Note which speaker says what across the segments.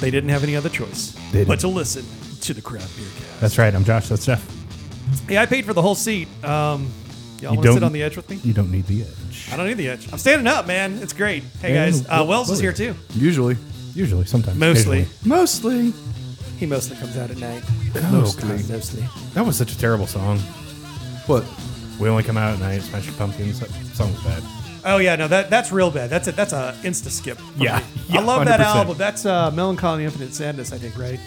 Speaker 1: they didn't have any other choice
Speaker 2: They
Speaker 1: but
Speaker 2: didn't.
Speaker 1: to listen to the Craft Beer Cast.
Speaker 2: That's right. I'm Josh. That's Jeff.
Speaker 1: Hey, I paid for the whole seat. Um, y'all
Speaker 2: You
Speaker 1: want to sit
Speaker 2: don't-
Speaker 1: on the edge with me?
Speaker 2: You don't need the edge.
Speaker 1: I don't need the edge. I'm standing up, man. It's great. Hey
Speaker 2: Man,
Speaker 1: guys, uh,
Speaker 2: what-
Speaker 1: Wells
Speaker 2: what
Speaker 1: is here
Speaker 2: is-
Speaker 1: too.
Speaker 3: Usually.
Speaker 2: Usually, sometimes.
Speaker 1: Mostly.
Speaker 2: occasionally.
Speaker 3: Mostly.
Speaker 1: He mostly comes out at night.
Speaker 2: Oh, Mostly.
Speaker 1: Mostly.
Speaker 2: That was such a terrible song.
Speaker 3: What?
Speaker 2: We only come out at night. Smash your pumpkins. That song was bad.
Speaker 1: Oh yeah, no, that that's real bad. That's a that's a insta skip. for
Speaker 2: Yeah.
Speaker 1: me.
Speaker 2: Yeah,
Speaker 1: I love that
Speaker 2: 100%.
Speaker 1: album. That's uh, Melancholy Infinite Sadness, I think, right?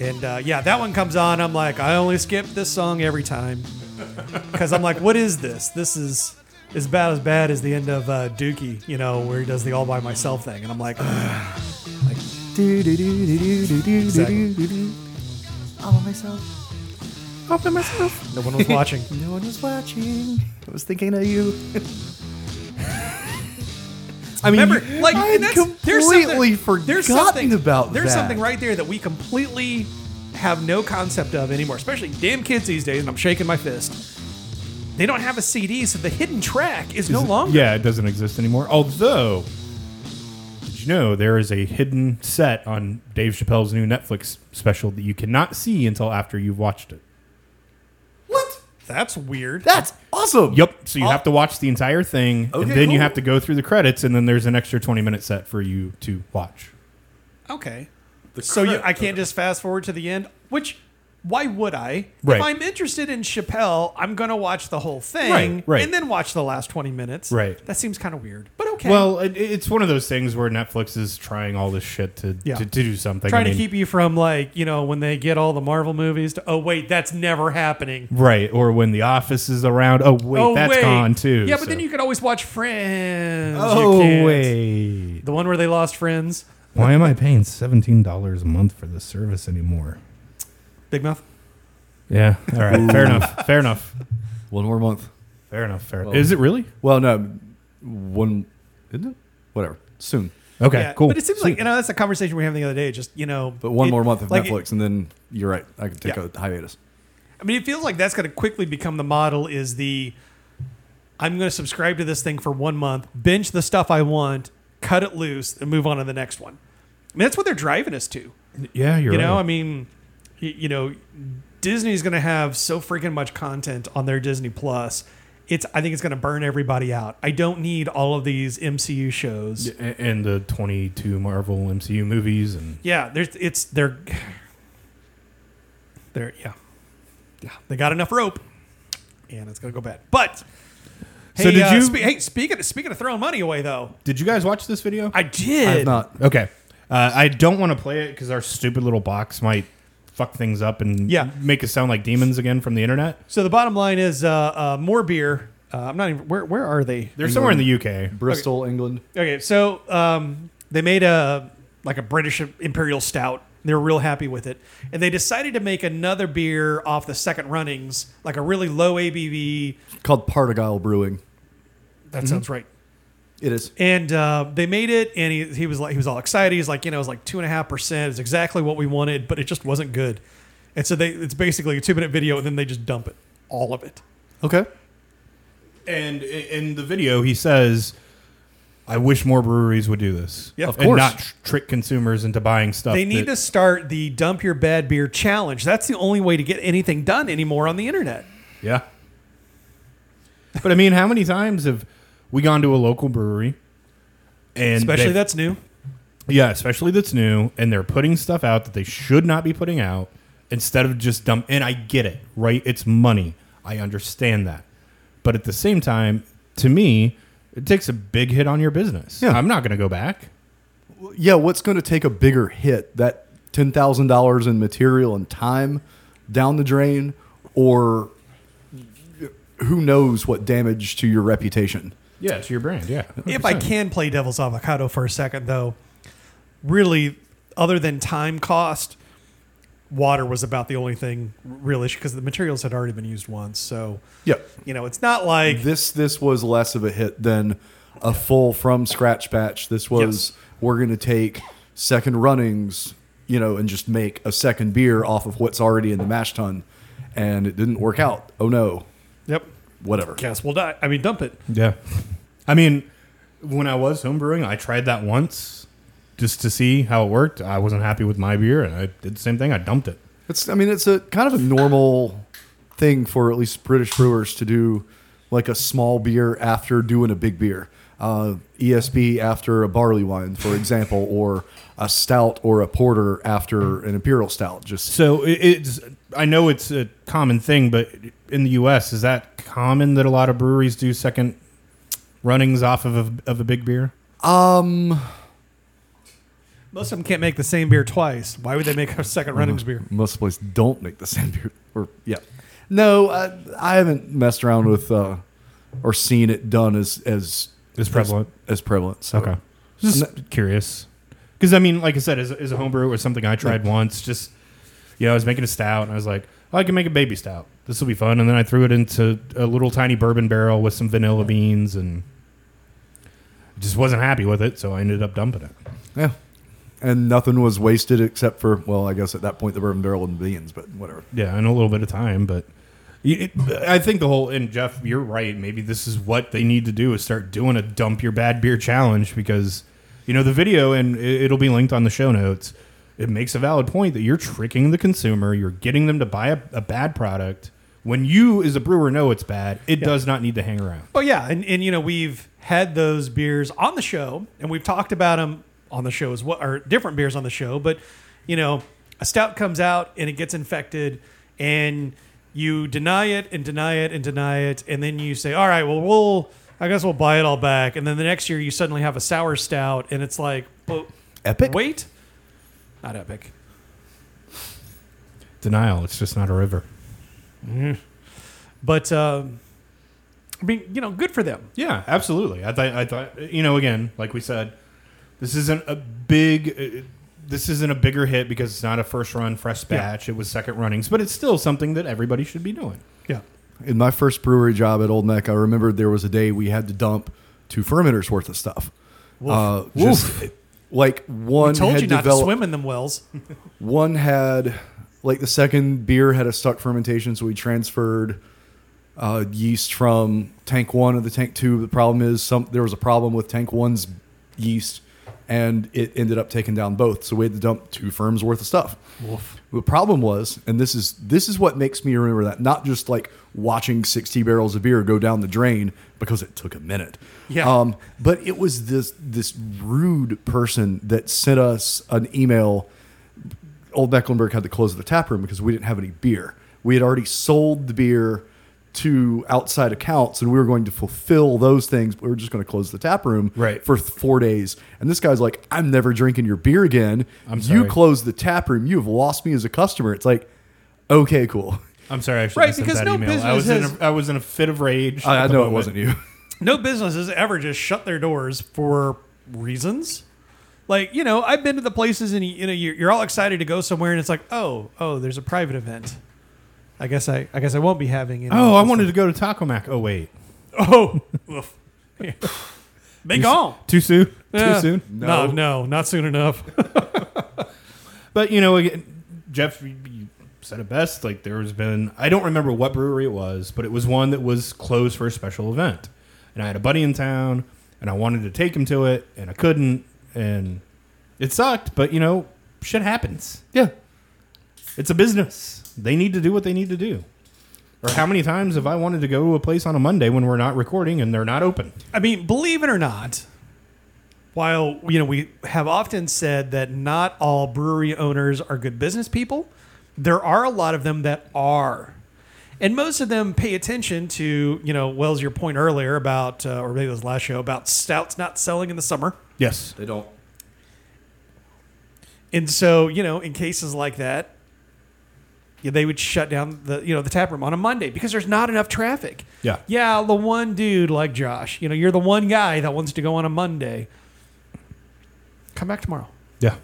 Speaker 1: And uh, yeah, that one comes on. I'm like, I only skip this song every time because I'm like, what is this? This is is about as bad as the end of uh, Dookie, you know, where he does the all by myself thing, and I'm like, like Exactly.
Speaker 3: All by myself. All by myself.
Speaker 1: no one was watching.
Speaker 3: No one was watching. I was thinking of you. I mean,
Speaker 1: Remember, like
Speaker 3: I
Speaker 1: and
Speaker 3: had
Speaker 1: that's, there's
Speaker 3: completely
Speaker 1: something,
Speaker 3: forgotten
Speaker 1: there's something
Speaker 3: about
Speaker 1: There's
Speaker 3: that.
Speaker 1: something right there that we completely have no concept of anymore. Especially damn kids these days, and I'm shaking my fist. They don't have a CD, so the hidden track is, no
Speaker 2: Is it-
Speaker 1: longer.
Speaker 2: Yeah, it doesn't exist anymore. Although, did you know there is a hidden set on Dave Chappelle's new Netflix special that you cannot see until after you've watched it?
Speaker 3: What?
Speaker 1: That's weird.
Speaker 3: That's awesome.
Speaker 2: Yep. So you
Speaker 1: Oh.
Speaker 2: have to watch the entire thing, and
Speaker 3: Okay,
Speaker 2: then you
Speaker 3: cool.
Speaker 2: have to go through the credits, and then there's an extra 20 minute set for you to watch.
Speaker 1: okay. so you, I can't just fast forward to the end, which why would I?
Speaker 2: Right.
Speaker 1: If I'm interested in Chappelle, I'm gonna watch the whole thing
Speaker 2: Right, right.
Speaker 1: and then watch the last 20 minutes.
Speaker 2: Right.
Speaker 1: That seems kind of weird, but okay.
Speaker 2: Well, it, it's one of those things where Netflix is trying all this shit to,
Speaker 1: Yeah.
Speaker 2: to, to do something.
Speaker 1: trying
Speaker 2: I
Speaker 1: to
Speaker 2: mean-
Speaker 1: keep you from like you know when they get all the Marvel movies to oh wait that's never happening.
Speaker 2: Right, or when the office is around. Oh wait,
Speaker 1: oh
Speaker 2: that's
Speaker 1: wait.
Speaker 2: gone too.
Speaker 1: Yeah, but
Speaker 2: so-
Speaker 1: then you could always watch Friends. You
Speaker 2: Oh
Speaker 1: can't.
Speaker 2: wait.
Speaker 1: the one where they lost friends.
Speaker 2: Why am I paying seventeen dollars a month for this service anymore?
Speaker 1: Big mouth.
Speaker 2: Yeah. All right. fair enough. Fair enough.
Speaker 3: One more month.
Speaker 2: Fair enough. Fair.
Speaker 3: Well-
Speaker 2: is it really?
Speaker 3: Well, no. One, isn't it? Whatever. Soon.
Speaker 2: Okay.
Speaker 1: yeah,
Speaker 2: cool.
Speaker 1: But it seems like
Speaker 2: Sweet.
Speaker 1: you know that's a conversation we were having the other day. Just you know,
Speaker 3: But one
Speaker 1: it-
Speaker 3: more month of
Speaker 1: like,
Speaker 3: Netflix, and then you're right. I can take
Speaker 1: Yeah.
Speaker 3: a hiatus.
Speaker 1: I mean, it feels like that's going to quickly become the model. Is the I'm going to subscribe to this thing for one month, binge the stuff I want, cut it loose, and move on to the next one. I mean, that's what they're driving us to.
Speaker 2: yeah, you're
Speaker 1: you know
Speaker 2: right.
Speaker 1: i mean you, you know disney's going to have so freaking much content on their disney plus it's i think it's going to burn everybody out i don't need all of these mcu shows yeah,
Speaker 2: A- and the twenty-two Marvel MCU movies and
Speaker 1: there's it's they're they're yeah yeah they got enough rope and it's going to go bad but
Speaker 2: So
Speaker 1: Hey,
Speaker 2: did
Speaker 1: uh,
Speaker 2: you-
Speaker 1: spe- hey, speaking of, speaking of throwing money away, though,
Speaker 2: Did you guys watch this video?
Speaker 1: I did.
Speaker 3: I have not.
Speaker 2: okay. Uh, I don't want to play it because our stupid little box might fuck things up and
Speaker 1: Yeah.
Speaker 2: make us sound like demons again from the internet.
Speaker 1: So the bottom line is uh, uh, more beer. Uh, I'm not even. Where where are they?
Speaker 2: They're somewhere in the UK.
Speaker 3: Bristol, England.
Speaker 1: Okay, so um, they made a like a British imperial stout. They were real happy with it, and they decided to make another beer off the second runnings, like a really low ABV.
Speaker 3: Called Partagal Brewing.
Speaker 1: That sounds right.
Speaker 3: It is.
Speaker 1: Mm-hmm. And uh, they made it, and he, he was like he was all excited. He's like, you know, it was like two and a half percent. It's exactly what we wanted, but it just wasn't good. And so they it's basically a two minute video, and then they just dump it, all of it.
Speaker 3: Okay.
Speaker 2: And i- in the video, he says, "I wish more breweries would do this,
Speaker 1: Yeah, of
Speaker 2: and
Speaker 3: course.
Speaker 2: not tr- trick consumers into buying stuff."
Speaker 1: They need to
Speaker 2: that-
Speaker 1: start the dump your bad beer challenge. That's the only way to get anything done anymore on the internet.
Speaker 2: yeah. But I mean, how many times have we gone to a local brewery, and
Speaker 1: Especially
Speaker 2: they-
Speaker 1: that's new.
Speaker 2: yeah, especially that's new, and they're putting stuff out that they should not be putting out instead of just dump. And I get it, right? It's money. I understand that, but at the same time, to me, it takes a big hit on your business.
Speaker 3: Yeah.
Speaker 2: I'm not going to go back.
Speaker 3: Yeah, what's going to take a bigger hit? That $10,000 in material and time down the drain, or who knows what damage to your reputation?
Speaker 2: Yeah, to your brand. Yeah.
Speaker 1: if I can play devil's avocado for a second, though, really, other than time cost, water was about the only thing real issue because the materials had already been used once. So,
Speaker 3: Yep.
Speaker 1: you know, it's not like
Speaker 3: This this was less of a hit than a full from scratch batch. This was we're going to take second runnings, you know, and just make a second beer off of what's already in the mash tun, and it didn't work out. Oh no,
Speaker 1: yep,
Speaker 3: whatever.
Speaker 1: cast will die. I mean, dump it.
Speaker 2: Yeah. I mean, when I was homebrewing, I tried that once just to see how it worked. I wasn't happy with my beer, and I did the same thing. I dumped it.
Speaker 3: It's I mean it's a kind of a normal thing for at least British brewers to do like a small beer after doing a big beer. Uh, ESB after a barley wine, for example, or a stout or a porter after an imperial stout. Just
Speaker 2: So it, it's I know it's a common thing, but in the U.S., is that common that a lot of breweries do second runnings off of a, of a big beer?
Speaker 3: um,
Speaker 1: Most of them can't make the same beer twice. Why would they make a second runnings beer?
Speaker 3: most places don't make the same beer. Or yeah, no, I, I haven't messed around with uh, or seen it done as as
Speaker 2: Is prevalent.
Speaker 3: as, as prevalent. So.
Speaker 2: Okay, just curious because I mean, like I said, as, a- as a homebrew or something I tried once, just you know, I was making a stout and I was like, oh, I can make a baby stout. This will be fun. And then I threw it into a little tiny bourbon barrel with some vanilla beans and just wasn't happy with it, so I ended up dumping it.
Speaker 3: Yeah. And nothing was wasted except for, well, I guess at that point the bourbon barrel and beans, but whatever.
Speaker 2: yeah, in a little bit of time, but y- it, I think the whole and Jeff, you're right. Maybe this is what they need to do is start doing a dump your bad beer challenge because you know the video and it- it'll be linked on the show notes. It makes a valid point that you're tricking the consumer. You're getting them to buy a, a bad product when you, as a brewer, know it's bad. It does not need to hang around.
Speaker 1: Oh yeah, and, and you know we've had those beers on the show, and we've talked about them on the show as well, or different beers on the show. But you know, a stout comes out and it gets infected, and you deny it and deny it and deny it, and then you say, "All right, well, we'll I guess we'll buy it all back." And then the next year, you suddenly have a sour stout, and it's like, but
Speaker 3: Epic?
Speaker 1: Wait, not epic.
Speaker 2: Denial. It's just not a river.
Speaker 1: But um, I mean, you know, good for them.
Speaker 2: Yeah, absolutely. I thought I thought you know again, like we said, this isn't a big uh, this isn't a bigger hit because it's not a first run fresh
Speaker 1: Yeah.
Speaker 2: batch. It was second runnings, but it's still something that everybody should be doing.
Speaker 1: Yeah.
Speaker 3: In my first brewery job at Old Neck, I remembered there was a day we had to dump two fermenters worth of stuff. Uh, just like one
Speaker 1: I told
Speaker 3: had
Speaker 1: you not to
Speaker 3: developed-
Speaker 1: swim in them wells.
Speaker 3: One had like the second beer had a stuck fermentation, so we transferred uh, yeast from tank one to the tank two. The problem is some there was a problem with tank one's yeast, and it ended up taking down both. So we had to dump two firms worth of stuff. The problem was, and this is this is what makes me remember that not just like watching sixty barrels of beer go down the drain because it took a minute.
Speaker 1: Yeah.
Speaker 3: Um, but it was this this rude person that sent us an email Old Mecklenburg had to close the tap room because we didn't have any beer. We had already sold the beer to outside accounts, and we were going to fulfill those things. But we were just going to close the tap room
Speaker 2: Right.
Speaker 3: for th- four days. And this guy's like, "I'm never drinking your beer again.
Speaker 2: I'm
Speaker 3: you
Speaker 2: sorry.
Speaker 3: closed the tap room. You have lost me as a customer." It's like, okay, cool.
Speaker 2: I'm sorry, I should
Speaker 1: Right,
Speaker 2: have sent
Speaker 1: because
Speaker 2: that
Speaker 1: no
Speaker 2: email.
Speaker 1: business
Speaker 2: I was in
Speaker 1: has-
Speaker 2: a, I was in a fit of rage.
Speaker 3: Oh, I, I
Speaker 2: at the
Speaker 3: know it
Speaker 2: moment.
Speaker 3: wasn't you.
Speaker 1: no businesses ever just shut their doors for reasons. Like you know, I've been to the places and you, you know you're, you're all excited to go somewhere and it's like oh oh there's a private event. I guess I I guess I won't be having it.
Speaker 2: Oh, I wanted to go to Taco Mac. Oh wait,
Speaker 1: oh, oof. be gone.
Speaker 2: too soon.
Speaker 1: Yeah.
Speaker 2: Too soon.
Speaker 1: No. no, not soon enough.
Speaker 2: But you know, again, Jeff, you- you said it best. Like there has been, I don't remember what brewery it was, but it was one that was closed for a special event. And I had a buddy in town, and I wanted to take him to it, and I couldn't, and it sucked. But you know, shit happens.
Speaker 3: yeah,
Speaker 2: It's a business. They need to do what they need to do. Or how many times have I wanted to go to a place on a Monday when we're not recording and they're not open?
Speaker 1: I mean, believe it or not, while you know we have often said that not all brewery owners are good business people, there are a lot of them that are. And most of them pay attention to, you know, Wells, your point earlier about, uh, or maybe it was last show, about stouts not selling in the summer.
Speaker 2: Yes.
Speaker 3: they don't.
Speaker 1: And so, you know, in cases like that, yeah, they would shut down the, you know, the tap room on a Monday because there's not enough traffic.
Speaker 2: Yeah.
Speaker 1: Yeah, the one dude like Josh, you know, you're the one guy that wants to go on a Monday. Come back tomorrow.
Speaker 2: Yeah.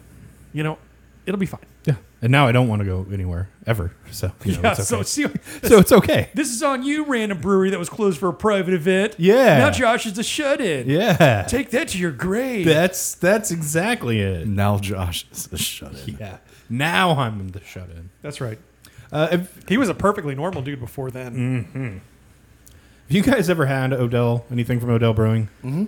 Speaker 1: You know, it'll be fine.
Speaker 2: Yeah. And now I don't want to go anywhere ever. So you know,
Speaker 1: yeah,
Speaker 2: it's
Speaker 1: so
Speaker 2: okay.
Speaker 1: see,
Speaker 2: so it's okay.
Speaker 1: this is on you, random brewery that was closed for a private event.
Speaker 2: Yeah.
Speaker 1: Now Josh is a shut in.
Speaker 2: Yeah.
Speaker 1: Take that to your grave.
Speaker 2: That's that's exactly it.
Speaker 3: Now Josh is a shut in.
Speaker 2: Yeah. Now I'm in the shut in.
Speaker 1: That's right.
Speaker 2: Uh, if,
Speaker 1: He was a perfectly normal dude before then.
Speaker 2: if you guys ever had Odell, anything from Odell Brewing? Mm-hmm.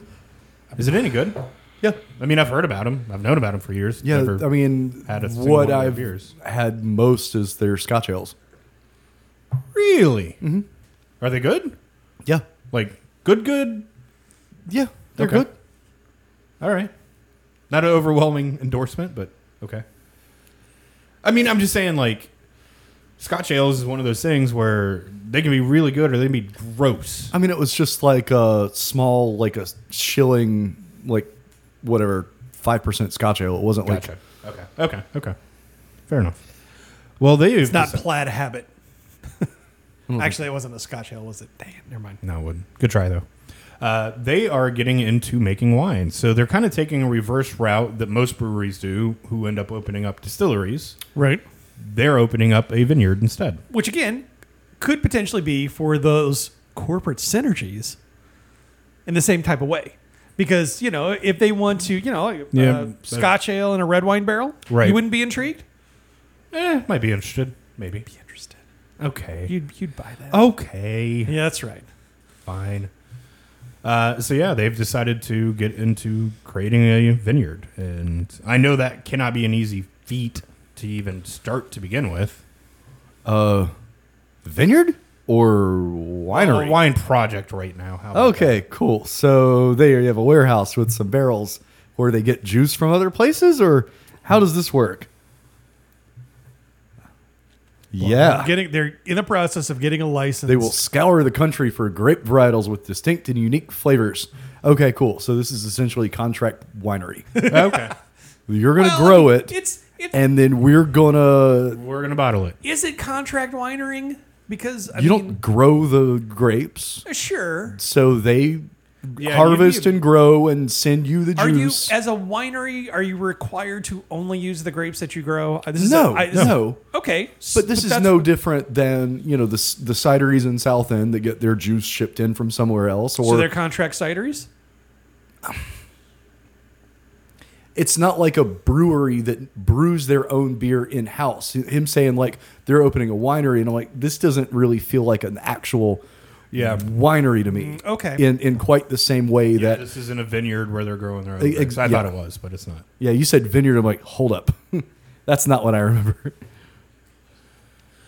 Speaker 2: Is it any good?
Speaker 3: Yeah.
Speaker 2: I mean, I've heard about them. I've known about them for years.
Speaker 3: Yeah,
Speaker 2: Never-
Speaker 3: I mean,
Speaker 2: had a single one of
Speaker 3: what
Speaker 2: their
Speaker 3: I've
Speaker 2: beers.
Speaker 3: had most is their Scotch ales.
Speaker 2: really?
Speaker 3: mm-hmm.
Speaker 2: Are they good?
Speaker 3: Yeah,
Speaker 2: Like good, good.
Speaker 3: yeah, they're
Speaker 2: Okay.
Speaker 3: good.
Speaker 2: All right. Not an overwhelming endorsement, but okay. I mean, I'm just saying, like, Scotch ales is one of those things where they can be really good or they can be gross.
Speaker 3: I mean, it was just like a small, like a shilling, like whatever, five percent Scotch ale. It wasn't
Speaker 2: Gotcha.
Speaker 3: like
Speaker 2: Okay. Okay. Okay. Fair enough. Well, they
Speaker 1: It's not plaid habit. Actually, it wasn't a Scotch ale, was it? Damn, never mind.
Speaker 2: No, it wouldn't. Good try though. Uh, they are getting into making wine, so they're kind of taking a reverse route that most breweries do, who end up opening up distilleries.
Speaker 1: Right.
Speaker 2: They're opening up a vineyard instead.
Speaker 1: Which again could potentially be for those corporate synergies in the same type of way. Because, you know, if they want to, you know, a
Speaker 2: Yeah, but-
Speaker 1: Scotch ale in a red wine barrel,
Speaker 2: Right.
Speaker 1: you wouldn't be intrigued?
Speaker 2: Eh, might be interested. Maybe.
Speaker 1: Be interested.
Speaker 2: Okay.
Speaker 1: You'd, you'd buy that.
Speaker 3: Oh.
Speaker 2: Okay.
Speaker 1: Yeah, that's right.
Speaker 2: Fine. Uh, so yeah, they've decided to get into creating a vineyard, and I know that cannot be an easy feat to even start to begin with.
Speaker 3: uh, vineyard or winery.
Speaker 2: A wine project right now. How about that?
Speaker 3: Okay, cool. So they have a warehouse with some barrels where they get juice from other places, or how does this work? Yeah.
Speaker 1: Getting, they're in the process of getting a license.
Speaker 3: They will scour the country for grape varietals with distinct and unique flavors. Okay, cool. So this is essentially contract winery.
Speaker 2: okay.
Speaker 3: You're going to
Speaker 1: Well,
Speaker 3: grow it,
Speaker 1: It's, it's,
Speaker 3: and then we're going to.
Speaker 2: We're gonna bottle it.
Speaker 1: is it contract winerying? Because, I
Speaker 3: You
Speaker 1: mean,
Speaker 3: don't grow the grapes,
Speaker 1: sure.
Speaker 3: so they
Speaker 2: you-
Speaker 3: harvest
Speaker 2: you-
Speaker 3: and grow and send you the
Speaker 1: Are you,
Speaker 3: juice.
Speaker 1: as a winery, are you required to only use the grapes that you grow? Uh, This is
Speaker 3: no,
Speaker 1: a- I- this is-
Speaker 3: no.
Speaker 1: Okay, s-
Speaker 3: But this is
Speaker 1: that's-
Speaker 3: no different than you know the s- the cideries in South End that get their juice shipped in from somewhere else,
Speaker 1: So
Speaker 3: or
Speaker 1: they're contract cideries.
Speaker 3: it's not like a brewery that brews their own beer in house. Him saying like they're opening a winery, and I'm like, this doesn't really feel like an actual
Speaker 2: Yeah.
Speaker 3: winery to me.
Speaker 1: Mm, okay.
Speaker 3: in in quite the same way
Speaker 2: Yeah,
Speaker 3: that
Speaker 2: this isn't a vineyard where they're growing their own.
Speaker 3: E-, Ex-
Speaker 2: grapes. I
Speaker 3: yeah.
Speaker 2: thought it was, but it's not.
Speaker 3: yeah, you said vineyard. I'm like, hold up, that's not what I remember.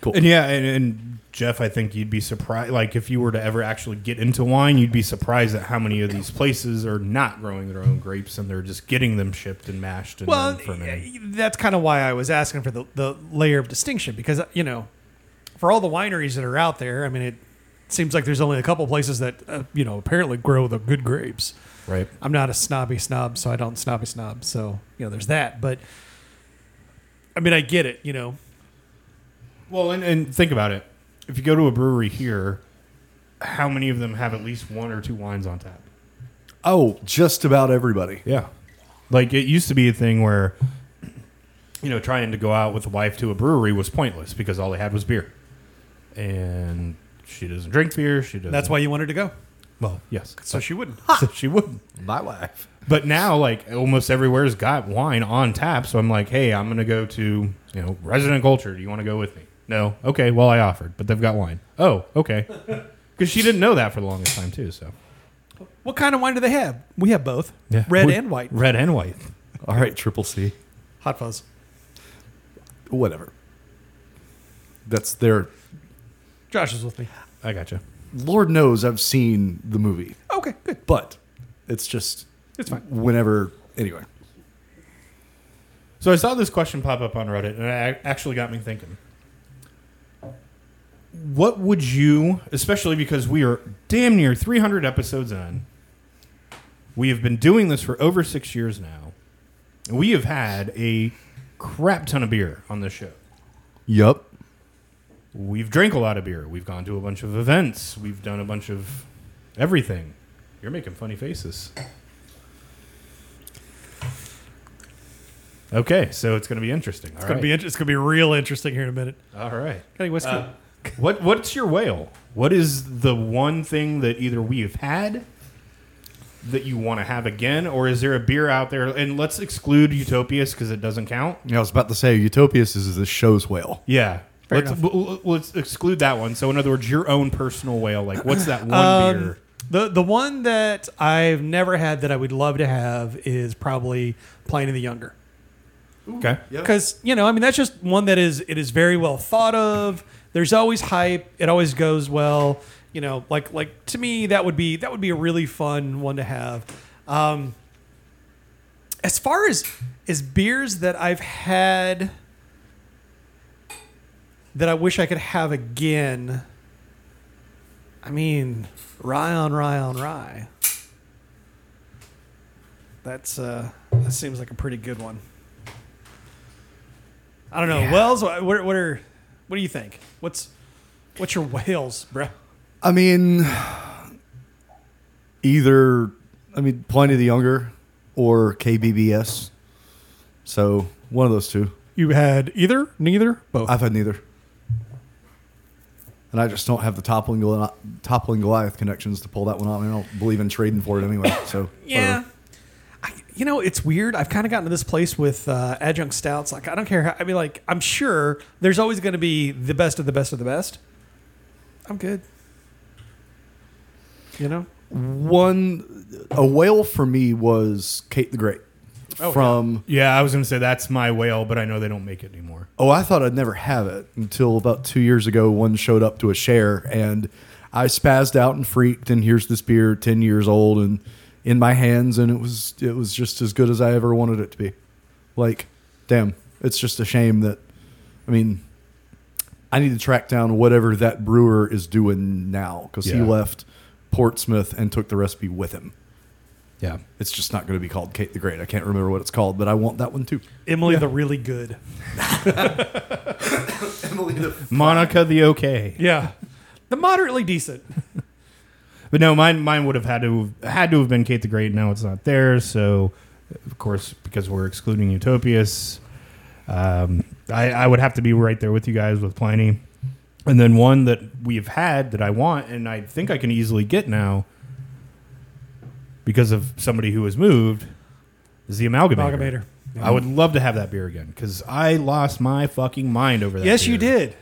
Speaker 3: Cool.
Speaker 2: And yeah, and, and Jeff, I think you'd be surprised. Like if you were to ever actually get into wine, you'd be surprised at how many of these places are not growing their own grapes and they're just getting them shipped and mashed and
Speaker 1: Well,
Speaker 2: then fermented.
Speaker 1: eh, that's kind of why I was asking for the, the layer of distinction because uh, you know, for all the wineries that are out there, I mean, it seems like there's only a couple places that uh, you know apparently grow the good grapes.
Speaker 2: right.
Speaker 1: I'm not a snobby snob, so I don't snobby snob. So you know, there's that. But I mean, I get it. You know,
Speaker 2: Well, and, and think about it. If you go to a brewery here, how many of them have at least one or two wines on tap?
Speaker 3: oh, just about everybody.
Speaker 2: Yeah. Like it used to be a thing where, you know, trying to go out with a wife to a brewery was pointless because all they had was beer. And she doesn't drink beer. She doesn't.
Speaker 1: that's why you wanted to go,
Speaker 2: Well, yes.
Speaker 1: so she wouldn't.
Speaker 2: So she wouldn't.
Speaker 3: My wife.
Speaker 2: But now, like, almost everywhere's got wine on tap. So I'm like, hey, I'm going to go to, you know, Resident Culture. Do you want to go with me? No. Okay. Well, I offered, but they've got wine. Oh, okay. Because she didn't know that for the longest time, too. So,
Speaker 1: What kind of wine do they have? We have both,
Speaker 2: yeah.
Speaker 1: red
Speaker 2: We-
Speaker 1: and white.
Speaker 2: Red and white.
Speaker 3: All right, triple C.
Speaker 1: Hot fuzz.
Speaker 3: Whatever. That's their
Speaker 1: Josh is with me.
Speaker 2: I gotcha.
Speaker 3: Lord knows I've seen the movie,
Speaker 1: Okay, good.
Speaker 3: but it's just
Speaker 1: It's fine.
Speaker 3: whenever anyway.
Speaker 2: So I saw this question pop up on Reddit, and it ac- actually got me thinking. What would you, especially because we are damn near 300 episodes in, we have been doing this for over six years now. and We have had a crap ton of beer on this show.
Speaker 3: Yup.
Speaker 2: We've drank a lot of beer. We've gone to a bunch of events. We've done a bunch of everything. You're making funny faces. Okay, so it's going to be interesting.
Speaker 1: It's gonna be it's gonna be real interesting here in a minute.
Speaker 2: All right.
Speaker 1: Got any whiskey?
Speaker 2: Uh, what what's your whale? What is the one thing that either we have had that you want to have again, or is there a beer out there? And let's exclude Utopias because it doesn't count.
Speaker 3: I was about to say Utopias is the show's whale.
Speaker 2: Yeah.
Speaker 1: Fair
Speaker 2: let's
Speaker 1: enough.
Speaker 2: w- w- let's exclude that one. So in other words, your own personal whale. Like, what's that one
Speaker 1: Um,
Speaker 2: beer?
Speaker 1: The the one that I've never had that I would love to have is probably Pliny the Younger.
Speaker 2: Okay.
Speaker 3: Yep.
Speaker 1: because you know i mean that's just one that is it is very well thought of there's always hype it always goes well you know like like to me that would be that would be a really fun one to have um as far as as beers that i've had that i wish i could have again i mean rye on rye on rye that's uh that seems like a pretty good one I don't know. Wells, what, what what are what do you think? What's what's your whales, bro?
Speaker 3: I mean, either I mean Pliny the Younger or KBBS. So one of those two.
Speaker 1: You had either, neither, both.
Speaker 3: I've had neither, and I just don't have the toppling Goli- toppling Goliath connections to pull that one out. I don't believe in trading for it anyway. So
Speaker 1: yeah.
Speaker 3: whatever.
Speaker 1: I, you know, it's weird. I've kind of gotten to this place with uh, adjunct stouts. Like, I don't care. How, I mean, like, I'm sure there's always going to be the best of the best of the best. I'm good. You know,
Speaker 3: one a whale for me was Kate the Great
Speaker 1: Oh, yeah.
Speaker 3: from.
Speaker 2: Yeah, I was gonna say that's my whale, but I know they don't make it anymore.
Speaker 3: Oh, I thought I'd never have it until about two years ago. One showed up to a share, and I spazzed out and freaked. And here's this beer, ten years old, and in my hands, and it was it was just as good as I ever wanted it to be. Like, damn, it's just a shame that. I mean, I need to track down whatever that brewer is doing now because he
Speaker 2: Yeah.
Speaker 3: left Portsmouth and took the recipe with him.
Speaker 2: Yeah.
Speaker 3: It's just not going to be called Kate the Great. I can't remember what it's called, but I want that one too.
Speaker 1: Emily the really good.
Speaker 3: Emily the
Speaker 2: Monica the okay.
Speaker 1: Yeah. the moderately decent.
Speaker 2: But no, mine mine would have had to have, had to have been Kate the Great. Now it's not there, so of course because we're excluding Utopias, um, I, I would have to be right there with you guys with Pliny, and then one that we've had that I want and I think I can easily get now because of somebody who has moved is the amalgamator.
Speaker 1: Amalgamator.
Speaker 2: I would love to have that beer again because I lost my fucking mind over that.
Speaker 1: Yes, you
Speaker 2: beer.
Speaker 1: did.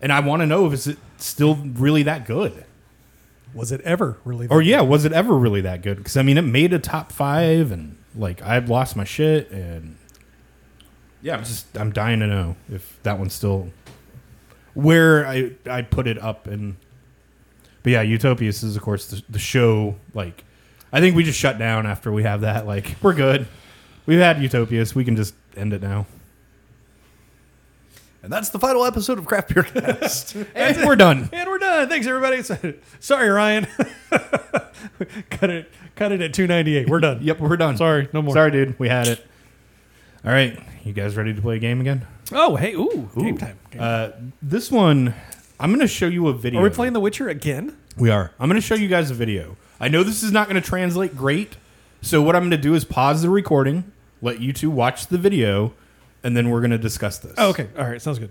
Speaker 2: and I want to know if it's still really that good.
Speaker 1: Was it ever really?
Speaker 2: Or yeah, was it ever really that good? Because I mean, it made a top five, and like I've lost my shit, and yeah, I'm just I'm dying to know if that one's still where I I put it up and. But yeah, Utopias is of course the, the show. Like, I think we just shut down after we have that. Like, we're good. We've had Utopias. We can just end it now.
Speaker 3: And that's the final episode of Craft Beer Cast.
Speaker 2: And we're done.
Speaker 1: And we're done. Thanks everybody. Sorry, Ryan. cut it. Cut it at two ninety eight. We're done.
Speaker 2: Yep, we're done.
Speaker 1: Sorry, no more.
Speaker 2: Sorry, dude. We had it. All right, you guys ready to play a game again?
Speaker 1: Oh, hey. Ooh, game time. Game-
Speaker 2: Uh, this one, I'm going to show you a video.
Speaker 1: Are we playing The Witcher again?
Speaker 2: We are. I'm going to show you guys a video. I know this is not going to translate great, so what I'm going to do is pause the recording, let you two watch the video, and then we're going to discuss this.
Speaker 1: Oh, okay. All right. Sounds good.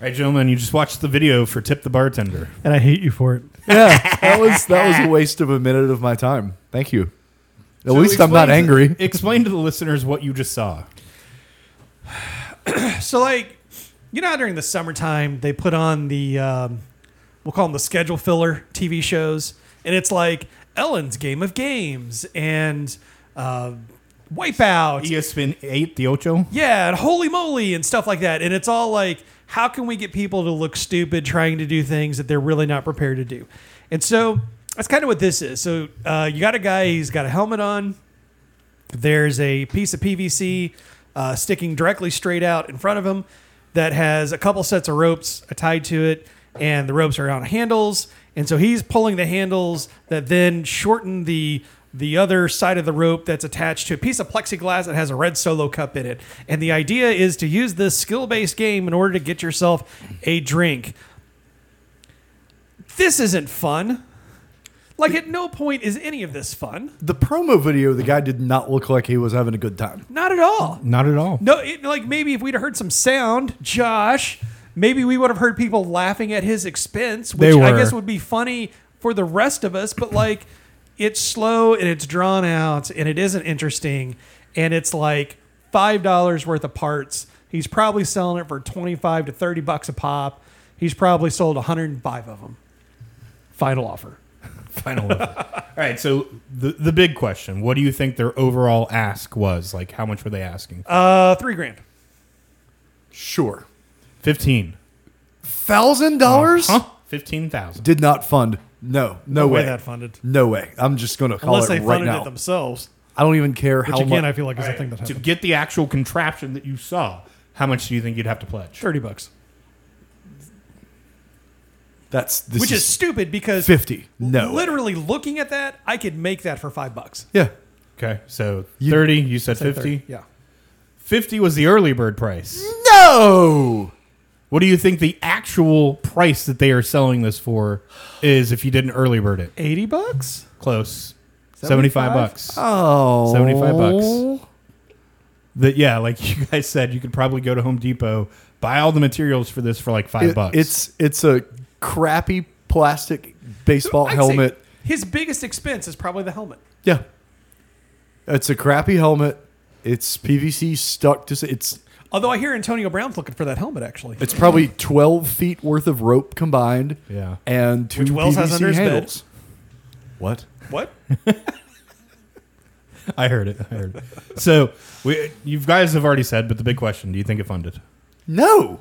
Speaker 2: All right, gentlemen, you just watched the video for Tip the Bartender.
Speaker 1: And I hate you for it.
Speaker 3: yeah, that was that was a waste of a minute of my time. Thank you. At
Speaker 2: So
Speaker 3: least I'm
Speaker 2: explain
Speaker 3: not
Speaker 2: to-
Speaker 3: angry.
Speaker 2: explain to the listeners what you just saw.
Speaker 1: So like, you know, how during the summertime they put on the, um, we'll call them the schedule filler TV shows, and it's like Ellen's Game of Games and uh, Wipeout
Speaker 2: ESPN 8, the Ocho.
Speaker 1: Yeah, and holy moly and stuff like that. And it's all like, how can we get people to look stupid trying to do things that they're really not prepared to do? And so that's kind of what this is. So uh, you got a guy, he's got a helmet on. There's a piece of PVC uh, sticking directly straight out in front of him that has a couple sets of ropes tied to it, and the ropes are on handles. And so he's pulling the handles that then shorten the the other side of the rope that's attached to a piece of plexiglass that has a red solo cup in it. And the idea is to use this skill based game in order to get yourself a drink. This isn't fun. Like at no point is any of this fun.
Speaker 3: The promo video, the guy did not look like he was having a good time.
Speaker 1: Not at all.
Speaker 2: Not at all.
Speaker 1: No, it, like maybe if we'd heard some sound, Josh, maybe we would have heard people laughing at his expense, which
Speaker 2: They
Speaker 1: I
Speaker 2: were.
Speaker 1: guess would be funny for the rest of us. But like, it's slow and it's drawn out and it isn't interesting, and it's like five dollars worth of parts. He's probably selling it for twenty-five to thirty bucks a pop. He's probably sold 105 of them. Final offer.
Speaker 2: Final. one. All right. So the the big question: What do you think their overall ask was? Like, how much were they asking?
Speaker 1: Uh, three grand.
Speaker 3: Sure.
Speaker 2: Fifteen.
Speaker 3: Thousand
Speaker 1: Uh-huh.
Speaker 3: dollars?
Speaker 2: Huh? Fifteen thousand.
Speaker 3: Did not fund. No. No,
Speaker 1: way
Speaker 3: way.
Speaker 1: that funded.
Speaker 3: No way. I'm just going to call
Speaker 1: Unless
Speaker 3: it
Speaker 1: they
Speaker 3: right
Speaker 1: funded
Speaker 3: now.
Speaker 1: it themselves,
Speaker 3: I don't even care
Speaker 1: which
Speaker 3: how
Speaker 1: again I
Speaker 3: much.
Speaker 1: feel like is a thing that
Speaker 2: To
Speaker 1: happened.
Speaker 2: get the actual contraption that you saw, how much do you think you'd have to pledge?
Speaker 1: Thirty bucks,
Speaker 3: That's this
Speaker 1: which is stupid because
Speaker 3: fifty. No. way.
Speaker 1: literally looking at that, I could make that for five bucks.
Speaker 3: Yeah.
Speaker 2: Okay. So thirty. You said
Speaker 1: Say
Speaker 2: 50?
Speaker 1: 30, Yeah.
Speaker 2: 50 was the early bird price.
Speaker 3: No.
Speaker 2: What do you think the actual price that they are selling this for is if you didn't early bird it?
Speaker 1: 80 bucks?
Speaker 2: Close. 75 bucks.
Speaker 3: Oh.
Speaker 2: 75 bucks. That yeah, like you guys said you could probably go to Home Depot, buy all the materials for this for like 5
Speaker 3: It-
Speaker 2: bucks.
Speaker 3: It's it's a crappy plastic baseball
Speaker 1: I'd say
Speaker 3: helmet.
Speaker 1: His biggest expense is probably the helmet.
Speaker 3: Yeah. It's a crappy helmet. It's PVC stuck to s- it's
Speaker 1: Although I hear Antonio Brown's looking for that helmet, actually.
Speaker 3: it's probably 12 feet worth of rope combined.
Speaker 2: Yeah.
Speaker 3: And two
Speaker 1: Which Wells
Speaker 3: PVC
Speaker 1: has under his bed.
Speaker 3: handles. What?
Speaker 1: What?
Speaker 2: I heard it. I heard it. So, we you guys have already said, but the big question, do you think it funded?
Speaker 3: No.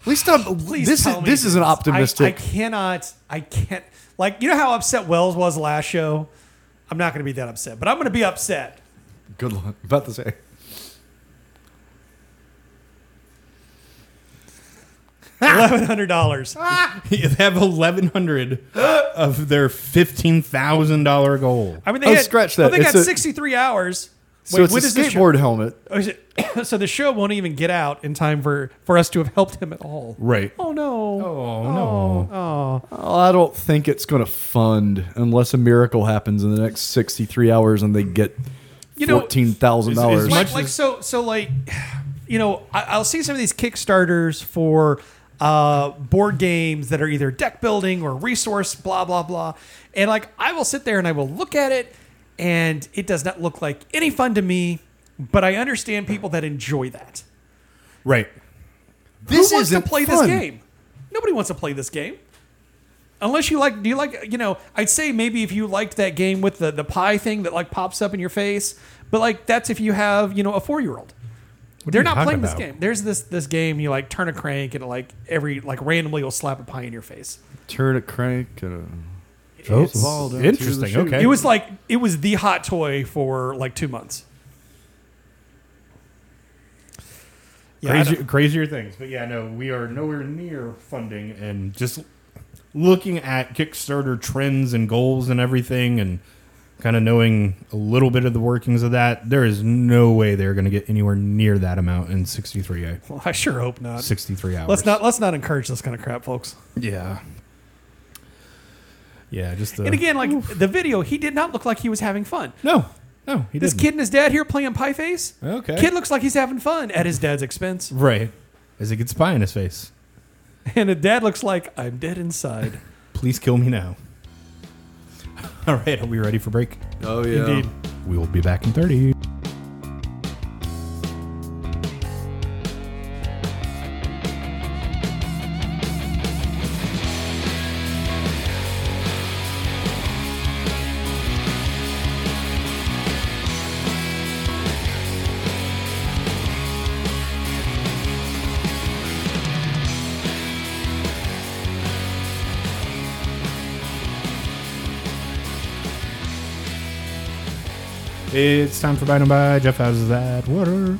Speaker 3: At least I'm
Speaker 1: Please
Speaker 3: this
Speaker 1: tell
Speaker 3: is
Speaker 1: me
Speaker 3: this is an
Speaker 1: I- I,
Speaker 3: optimistic.
Speaker 1: cannot. I can't. Like, you know how upset Wells was last show? I'm not going to be that upset, but I'm going to be upset.
Speaker 3: good luck. About to say.
Speaker 1: $1,100.
Speaker 2: they have 1100 of their $15,000 goal.
Speaker 1: I mean, they
Speaker 3: Oh,
Speaker 1: had,
Speaker 3: scratch
Speaker 1: well,
Speaker 3: that.
Speaker 1: they
Speaker 3: It's
Speaker 1: got
Speaker 3: a-
Speaker 1: 63 hours.
Speaker 3: So it's
Speaker 1: when
Speaker 3: a
Speaker 1: is this show?
Speaker 3: skateboard helmet.
Speaker 1: Oh, is it- so the show won't even get out in time for, for us to have helped him at all.
Speaker 2: Right.
Speaker 1: Oh, no.
Speaker 2: Oh no.
Speaker 1: Oh.
Speaker 3: Oh, I don't think it's going to fund unless a miracle happens in the next 63 hours and they get
Speaker 1: You know,
Speaker 3: $14,000.
Speaker 2: As
Speaker 1: like,
Speaker 2: much
Speaker 1: like
Speaker 2: as-
Speaker 1: so so like you know I, i'll see some of these kickstarters for uh board games that are either deck building or resource blah blah blah and like i will sit there and i will look at it and it does not look like any fun to me but i understand people that enjoy that
Speaker 2: Right.
Speaker 3: This
Speaker 1: who wants to
Speaker 3: isn't
Speaker 1: play this
Speaker 3: fun.
Speaker 1: game nobody wants to play this game Unless you like, do you like, you know, I'd say maybe if you liked that game with the, the pie thing that like pops up in your face, but like that's if you have, you know, a four year old. They're
Speaker 2: you
Speaker 1: not
Speaker 2: talking
Speaker 1: playing
Speaker 2: about?
Speaker 1: this game. There's this this game you like turn a crank and like every like randomly will slap a pie in your face.
Speaker 3: Turn a crank. And a,
Speaker 2: Oh,
Speaker 1: It's-
Speaker 3: ball down to the
Speaker 2: interesting.
Speaker 3: chute.
Speaker 2: Okay.
Speaker 1: It was like it was the hot toy for like two months. Yeah, I
Speaker 2: Crazier,
Speaker 1: don't-
Speaker 2: crazier things. But yeah, no, we are nowhere near funding and just looking at Kickstarter trends and goals and everything and kind of knowing a little bit of the workings of that, there is no way they're going to get anywhere near that amount in 63 a-
Speaker 1: well, I sure hope not.
Speaker 2: 63 hours.
Speaker 1: Let's not let's not encourage this kind of crap, folks.
Speaker 2: Yeah. Yeah, just the,
Speaker 1: And again, like the video, he did not look like he was having fun.
Speaker 2: No. No, he
Speaker 1: This
Speaker 2: didn't.
Speaker 1: kid and his dad here playing pie face.
Speaker 2: Okay.
Speaker 1: Kid looks like he's having fun at his dad's expense.
Speaker 2: right. As he gets pie in his face.
Speaker 1: And the dad looks like, I'm dead inside.
Speaker 2: Please kill me now. All right, are we ready for break?
Speaker 3: oh, yeah.
Speaker 1: Indeed.
Speaker 2: We will be back in 30. It's time for Bite and Buy. Jeff, how does that work?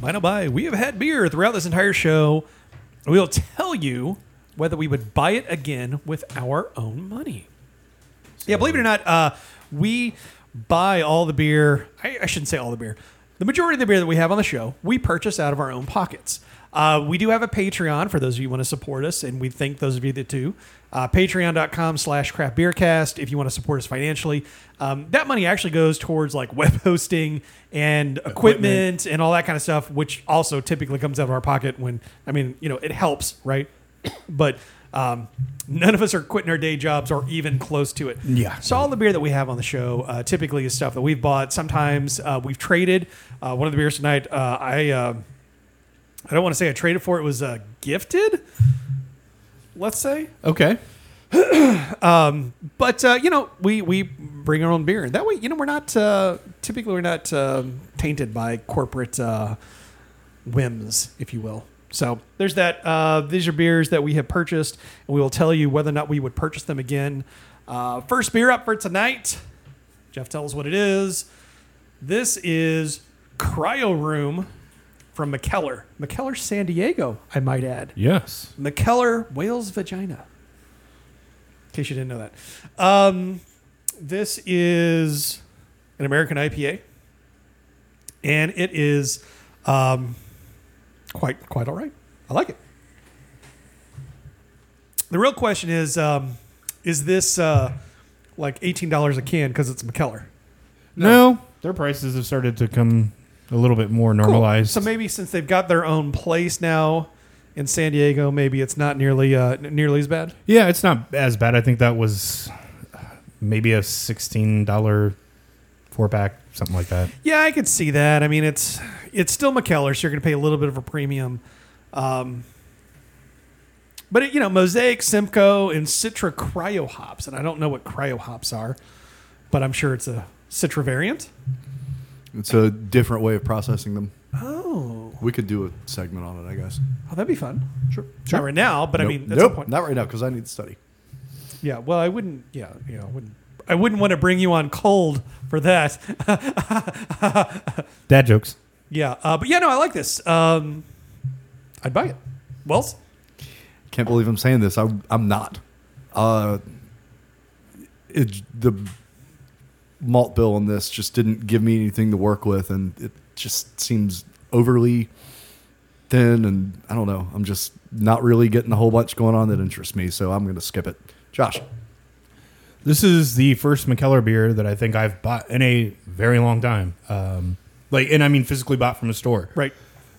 Speaker 1: By by, we have had beer throughout this entire show. We'll tell you whether we would buy it again with our own money. yeah, believe it or not, uh, we buy all the beer. I, I shouldn't say all the beer. The majority of the beer that we have on the show, we purchase out of our own pockets. Uh, we do have a Patreon for those of you who want to support us, and we thank those of you that do. Uh, Patreon.com slash craftbeercast if you want to support us financially. Um, that money actually goes towards like web hosting and equipment, and all that kind of stuff, which also typically comes out of our pocket when, I mean, you know, it helps, right? but um, none of us are quitting our day jobs or even close to it.
Speaker 2: Yeah.
Speaker 1: So all the beer that we have on the show uh, typically is stuff that we've bought. Sometimes uh, we've traded. Uh, one of the beers tonight, uh, I uh, I don't want to say I traded for it was uh, gifted. let's say.
Speaker 2: Okay.
Speaker 1: But uh, you know, we we bring our own beer, and that way, you know, we're not uh, typically we're not um, tainted by corporate uh, whims, if you will. So there's that. Uh, these are beers that we have purchased, and we will tell you whether or not we would purchase them again. Uh, first beer up for tonight. Jeff, tell us what it is. This is Cryo Room from McKellar, McKellar, San Diego. I might add.
Speaker 2: Yes.
Speaker 1: McKellar whale's vagina. In case you didn't know that. Um, this is an American IPA, and it is um, quite quite all right. I like it. The real question is: um, Is this uh, like eighteen dollars a can because it's McKellar?
Speaker 2: No. Their prices have started to come a little bit more
Speaker 1: Cool.
Speaker 2: normalized.
Speaker 1: So maybe since they've got their own place now in San Diego, maybe it's not nearly uh, n- nearly as bad.
Speaker 2: Yeah, it's not as bad. I think that was uh, maybe a sixteen dollar four pack, something like that.
Speaker 1: Yeah, I could see that. I mean, it's it's still McKellar, so you're going to pay a little bit of a premium. Um, but it, you know, Mosaic, Simcoe, and Citra cryo hops, and I don't know what cryo hops are, but I'm sure it's a Citra variant.
Speaker 3: It's a different way of processing them.
Speaker 1: Oh,
Speaker 3: We could do a segment on it, I guess.
Speaker 1: oh that'd be fun.
Speaker 3: Sure.
Speaker 1: Not right now, but I mean, that's
Speaker 3: nope,
Speaker 1: a point.
Speaker 3: not right now because I need to study.
Speaker 1: Yeah. Well, I wouldn't. Yeah. You know, I wouldn't. I wouldn't want to bring you on cold for that.
Speaker 2: Dad jokes.
Speaker 1: yeah. Uh, but yeah, no, I like this. Um, I'd buy it. Wells.
Speaker 3: Can't believe I'm saying this. I'm, I'm not. Uh, it, the malt bill on this just didn't give me anything to work with, and it just seems overly thin. And I don't know. I'm just not really getting a whole bunch going on that interests me, so I'm going to skip it. Josh,
Speaker 2: This is the first McKellar beer that I think I've bought in a very long time. Um, like, and I mean physically bought from a store.
Speaker 1: Right.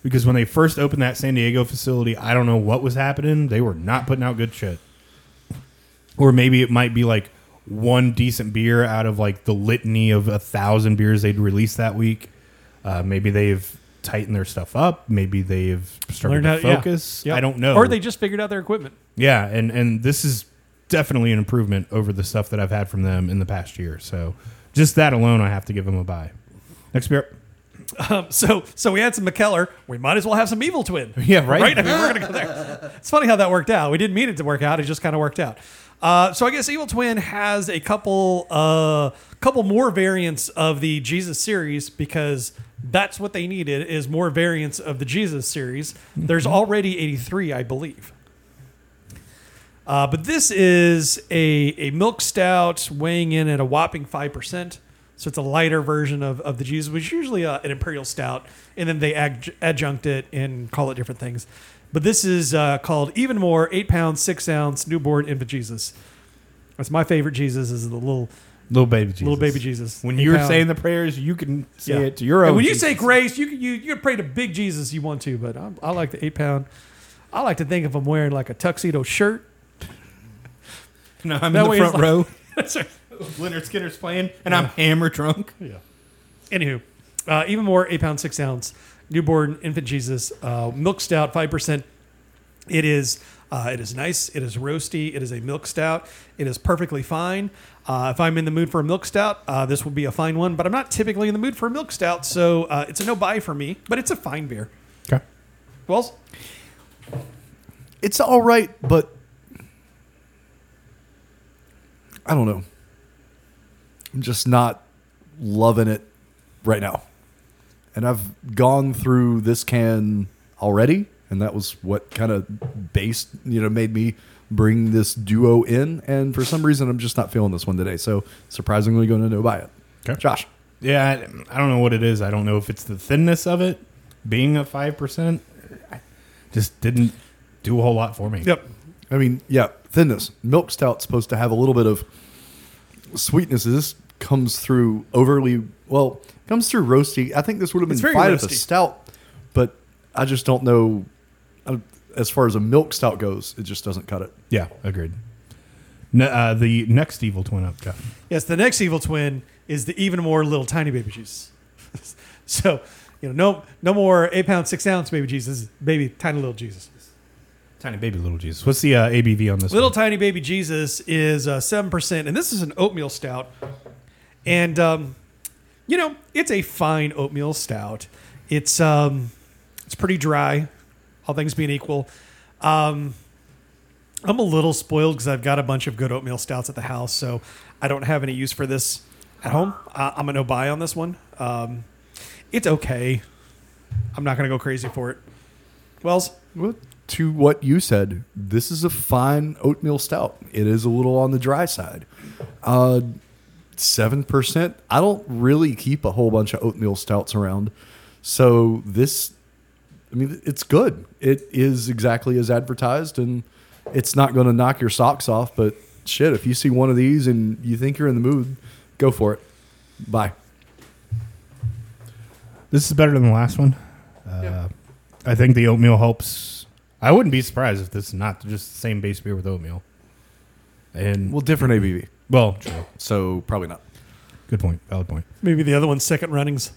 Speaker 2: Because when they first opened that San Diego facility, I don't know what was happening. They were not putting out good shit. Or maybe it might be like one decent beer out of like the litany of a thousand beers they'd released that week. Uh, maybe they've tightened their stuff up. Maybe they've started
Speaker 1: Learned
Speaker 2: to
Speaker 1: how- yeah.
Speaker 2: focus.
Speaker 1: Yep.
Speaker 2: I don't know.
Speaker 1: Or they just figured out their equipment.
Speaker 2: Yeah, and and this is definitely an improvement over the stuff that I've had from them in the past year. So just that alone, I have to give them a buy. Next beer.
Speaker 1: Um, so so we had some McKellar. We might as well have some Evil Twin.
Speaker 2: Yeah, right.
Speaker 1: Right? I mean, we're going to go there. It's funny how that worked out. We didn't mean it to work out. It just kind of worked out. Uh, so I guess Evil Twin has a couple uh, couple more variants of the Jesus series because that's what they needed is more variants of the Jesus series. There's
Speaker 2: Mm-hmm.
Speaker 1: already 83, I believe. Uh, but this is a, a milk stout weighing in at a whopping 5%. So it's a lighter version of, of the Jesus, which is usually uh, an imperial stout. And then they adj- adjunct it and call it different things. But this is uh, called Even More 8 pound, 6 ounce newborn infant Jesus. That's my favorite Jesus is the little
Speaker 2: Little baby Jesus.
Speaker 1: little baby Jesus.
Speaker 2: When
Speaker 1: Eight
Speaker 2: you're
Speaker 1: pound.
Speaker 2: saying the prayers, you can say
Speaker 1: Yeah.
Speaker 2: it to your own.
Speaker 1: And when you
Speaker 2: Jesus.
Speaker 1: say grace, you can you you can pray to big Jesus you want to, but i I like the eight pound. I like to think of him wearing like a tuxedo shirt.
Speaker 2: no, I'm
Speaker 1: that
Speaker 2: in the
Speaker 1: way
Speaker 2: front
Speaker 1: it's
Speaker 2: row. Leonard Skinner's playing, and I'm hammer drunk.
Speaker 1: Yeah. Anywho, uh, even more eight pound six ounce newborn infant Jesus uh, milk stout five percent. It is uh, it is nice. It is roasty. It is a milk stout. It is perfectly fine. Uh, if I'm in the mood for a milk stout, uh, this would be a fine one. But I'm not typically in the mood for a milk stout, so uh, it's a no buy for me. But it's a fine beer.
Speaker 2: Okay.
Speaker 1: Wells,
Speaker 3: it's all right, but I don't know. I'm just not loving it right now. And I've gone through this can already, and that was what kind of based, you know, made me bring this duo in. And for some reason, I'm just not feeling this one today. So surprisingly, going to no buy it.
Speaker 2: Okay.
Speaker 3: Josh,
Speaker 2: Yeah, I, I don't know what it is. I don't know if it's the thinness of it being at five percent. Just didn't do a whole lot for me.
Speaker 1: Yep.
Speaker 3: I mean, yeah, thinness. Milk stout's supposed to have a little bit of sweetness. This comes through overly well. Comes through roasty. I think this would have been
Speaker 1: It's very
Speaker 3: fine if a
Speaker 1: roasty.
Speaker 3: stout, but I just don't know. uh, As far as a milk stout goes, it just doesn't cut it.
Speaker 2: Yeah, agreed. N- uh, the next evil twin up, Jeff.
Speaker 1: Yes, the next evil twin is the even more little tiny baby Jesus. so, you know, no no more eight pound, six ounce baby Jesus, baby tiny little Jesus.
Speaker 2: Tiny baby little Jesus. What's the uh, ABV on this?
Speaker 1: Little
Speaker 2: one?
Speaker 1: Tiny Baby Jesus is uh, seven percent, and this is an oatmeal stout. And um, you know, it's a fine oatmeal stout. It's um, it's pretty dry, all things being equal. Um, I'm a little spoiled because I've got a bunch of good oatmeal stouts at the house, so I don't have any use for this at home. Uh, I'm a no buy on this one. Um, it's okay. I'm not gonna go crazy for it. Wells,
Speaker 3: Well, to what you said, this is a fine oatmeal stout. It is a little on the dry side. Uh, Seven percent. I don't really keep a whole bunch of oatmeal stouts around, so this. I mean, it's good. It is exactly as advertised, and it's not going to knock your socks off. But shit, if you see one of these and you think you're in the mood, go for it. Bye.
Speaker 2: This is better than the last one. Uh, I think the oatmeal helps. I wouldn't be surprised if this is not just the same base beer with oatmeal. And
Speaker 3: Well, different ABV,
Speaker 2: well, true.
Speaker 3: so probably not.
Speaker 2: Good point. Valid point.
Speaker 1: maybe the other one's second runnings.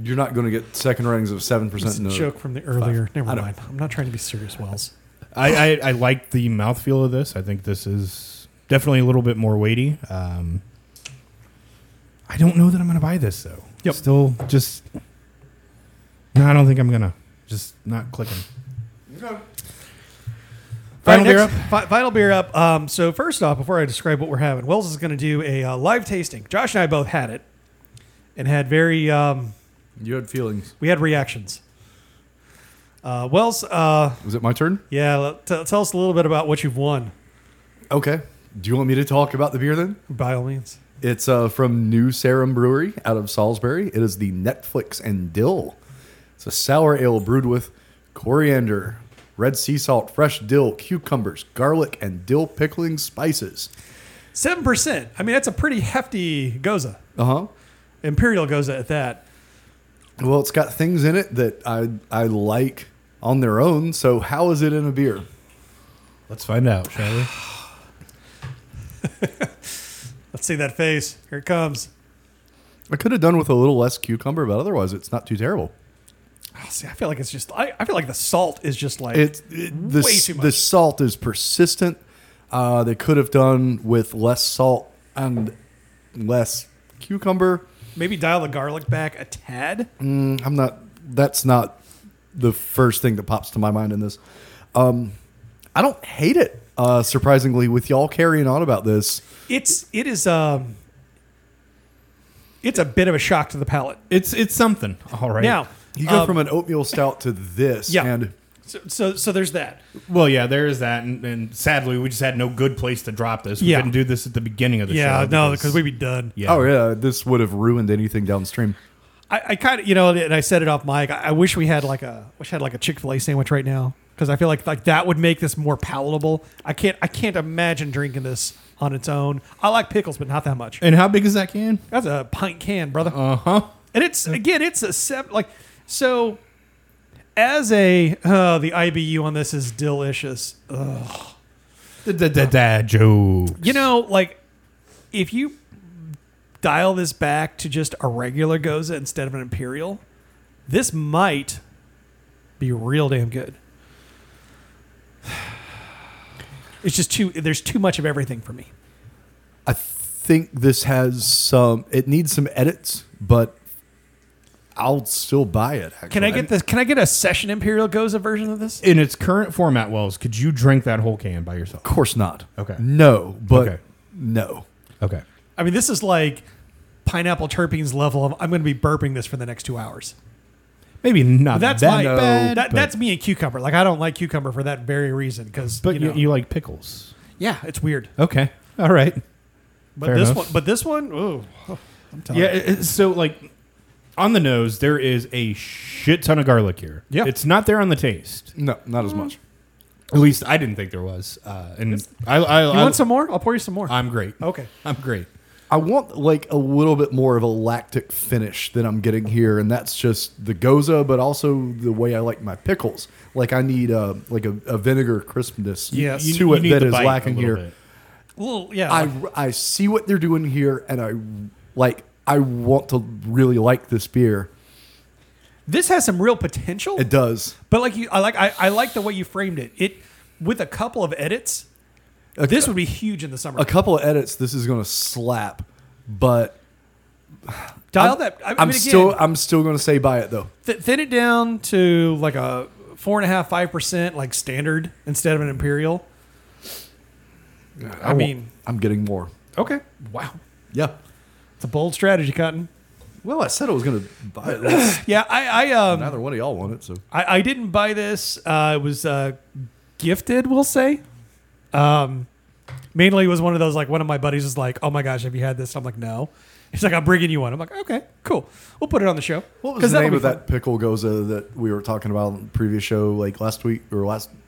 Speaker 3: You're not going to get second ratings of seven percent.
Speaker 1: It's a
Speaker 3: No,
Speaker 1: joke from the earlier. Never
Speaker 3: I don't-
Speaker 1: mind. I'm not trying to be serious, Wells.
Speaker 2: I, I, I like the mouthfeel of this. I think this is definitely a little bit more weighty. Um, I don't know that I'm going to buy this though.
Speaker 1: Yep.
Speaker 2: Still, just no. I don't think I'm gonna. Just not clicking. Final
Speaker 1: All
Speaker 2: beer
Speaker 1: right, next- fi- final beer up. Um, so first off, before I describe what we're having, Wells is going to do a uh, live tasting. Josh and I both had it, and had very um,
Speaker 3: you had feelings.
Speaker 1: we had reactions. Uh, Wells, uh,
Speaker 3: Was it my turn?
Speaker 1: yeah, l- t- tell us a little bit about what you've won.
Speaker 3: Okay. Do you want me to talk about the beer then?
Speaker 1: By all means,
Speaker 3: It's uh, from New Serum Brewery out of Salisbury. It is the Netflix and Dill. It's a sour ale brewed with coriander, red sea salt, fresh dill, cucumbers, garlic, and dill pickling spices.
Speaker 1: seven percent. I mean, that's a pretty hefty goza,
Speaker 3: Uh huh.
Speaker 1: imperial goza at that.
Speaker 3: Well, it's got things in it that I I like on their own. So how is it in a beer?
Speaker 2: Let's find out, shall we?
Speaker 1: Let's see that face. Here it comes.
Speaker 3: I could have done with a little less cucumber, but otherwise it's not too terrible.
Speaker 1: Oh, see, I feel like it's just. I, I feel like the salt is just like
Speaker 3: It's it, the,
Speaker 1: Way too
Speaker 3: the
Speaker 1: much.
Speaker 3: salt is persistent. Uh, they could have done with less salt and less cucumber.
Speaker 1: Maybe dial the garlic back a tad.
Speaker 3: Mm, I'm not. That's not the first thing that pops to my mind in this. Um, I don't hate it. Uh, surprisingly, with y'all carrying on about this,
Speaker 1: It's it is um it's a bit of a shock to the palate.
Speaker 2: It's it's something. All right.
Speaker 1: Now,
Speaker 3: you go
Speaker 1: um,
Speaker 3: from an oatmeal stout to this,
Speaker 1: Yeah.
Speaker 3: and
Speaker 1: so, so so there's that.
Speaker 2: Well, yeah, there is that, and, and sadly, we just had no good place to drop this. We
Speaker 1: Yeah.
Speaker 2: couldn't do this at the beginning of the show.
Speaker 1: Yeah, no, because we'd be done.
Speaker 2: Yeah.
Speaker 3: oh yeah, this would have ruined anything downstream.
Speaker 1: I, I kind of you know, and I said it off mic. I, I wish we had like a wish I had like a Chick Fil A sandwich right now because I feel like like that would make this more palatable. I can't I can't imagine drinking this on its own. I like pickles, but not that much.
Speaker 2: And how big is that can?
Speaker 1: That's a pint can, brother.
Speaker 2: Uh huh.
Speaker 1: And it's again, it's a seven. Like so, as a uh, the IBU on this is delicious. Ugh.
Speaker 2: Da da da jokes.
Speaker 1: You know, like if you dial this back to just a regular goza instead of an imperial, this might be real damn good. It's just too. There's too much of everything for me.
Speaker 3: I think this has some. It needs some edits, but I'll still buy it. Actually.
Speaker 1: Can I get this? Can I get a session imperial goza version of this?
Speaker 2: in its current format, Wells, could you drink that whole can by yourself?
Speaker 3: Of course not.
Speaker 2: Okay.
Speaker 3: No, but
Speaker 2: Okay.
Speaker 3: no.
Speaker 2: Okay.
Speaker 1: I mean, this is like pineapple terpenes level of I'm going to be burping this for the next two hours.
Speaker 2: Maybe not.
Speaker 1: That's
Speaker 2: that
Speaker 1: my
Speaker 2: bad.
Speaker 1: that,
Speaker 2: but,
Speaker 1: that's me and cucumber. Like I don't like cucumber for that very reason because
Speaker 2: But
Speaker 1: you
Speaker 2: you,
Speaker 1: know,
Speaker 2: you, like pickles.
Speaker 1: yeah, it's weird.
Speaker 2: Okay. All right.
Speaker 1: But
Speaker 2: Fair
Speaker 1: this
Speaker 2: enough.
Speaker 1: one, but this one, ooh, I'm telling
Speaker 2: Yeah.
Speaker 1: you.
Speaker 2: it- it- So like, on the nose, there is a shit ton of garlic here.
Speaker 1: Yeah.
Speaker 2: It's not there on the taste.
Speaker 3: No, not
Speaker 2: Mm.
Speaker 3: as much.
Speaker 2: At least I didn't think there was. Uh, and I, I,
Speaker 1: You
Speaker 2: I,
Speaker 1: want some more? I'll pour you some more.
Speaker 2: I'm great.
Speaker 1: okay.
Speaker 2: I'm great.
Speaker 3: I want like a little bit more of a lactic finish than I'm getting here, and that's just the goza, but also the way I like my pickles. Like I need uh, like a, a vinegar crispness
Speaker 1: Yes. You-
Speaker 3: to it
Speaker 2: need
Speaker 3: that
Speaker 2: the
Speaker 3: is
Speaker 2: bite a
Speaker 3: lacking
Speaker 2: little
Speaker 3: here.
Speaker 2: bit.
Speaker 1: Well, yeah.
Speaker 3: I
Speaker 1: like-
Speaker 3: I see what they're doing here, and I like I want to really like this beer.
Speaker 1: This has some real potential.
Speaker 3: It does.
Speaker 1: But like you, I like I, I like the way you framed it. It with a couple of edits, this would be huge in the summer.
Speaker 3: A couple of edits, this is going to slap, but
Speaker 1: Dial
Speaker 3: I'm,
Speaker 1: that. I mean,
Speaker 3: I'm
Speaker 1: again,
Speaker 3: still I'm still going to say buy it though.
Speaker 1: th- thin it down to like a four and a half five percent like standard instead of an imperial. I,
Speaker 3: won't-
Speaker 1: mean,
Speaker 3: I'm getting more.
Speaker 1: okay, wow,
Speaker 3: Yeah.
Speaker 1: it's a bold strategy, Cotton.
Speaker 3: Well, I said I was going to buy it. That's-
Speaker 1: Yeah, I I um
Speaker 3: Neither one of y'all want it, so
Speaker 1: I, I didn't buy this. Uh, it was uh, gifted, we'll say. Um, mainly it was one of those like one of my buddies was like, "Oh my gosh, have you had this?" I'm like, "No." He's like, "I'm bringing you one." I'm like, "Okay, cool. We'll put it on the show."
Speaker 3: What
Speaker 1: 'Cause
Speaker 3: was the
Speaker 1: that'll
Speaker 3: name
Speaker 1: be
Speaker 3: of that pickle goza that we were talking about in the previous show, like last week or last?
Speaker 1: fun.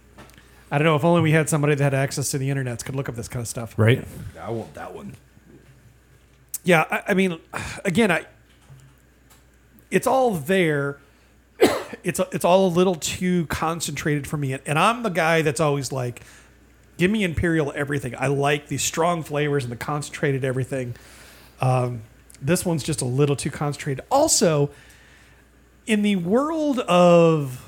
Speaker 1: I don't know. If only we had somebody that had access to the internet could look up this kind of stuff.
Speaker 2: right?
Speaker 3: I want that one.
Speaker 1: Yeah, I, I mean, again, I it's all there. it's it's all a little too concentrated for me, and, and I'm the guy that's always like, give me imperial everything. I like the strong flavors and the concentrated everything. Um, this one's just a little too concentrated. Also, in the world of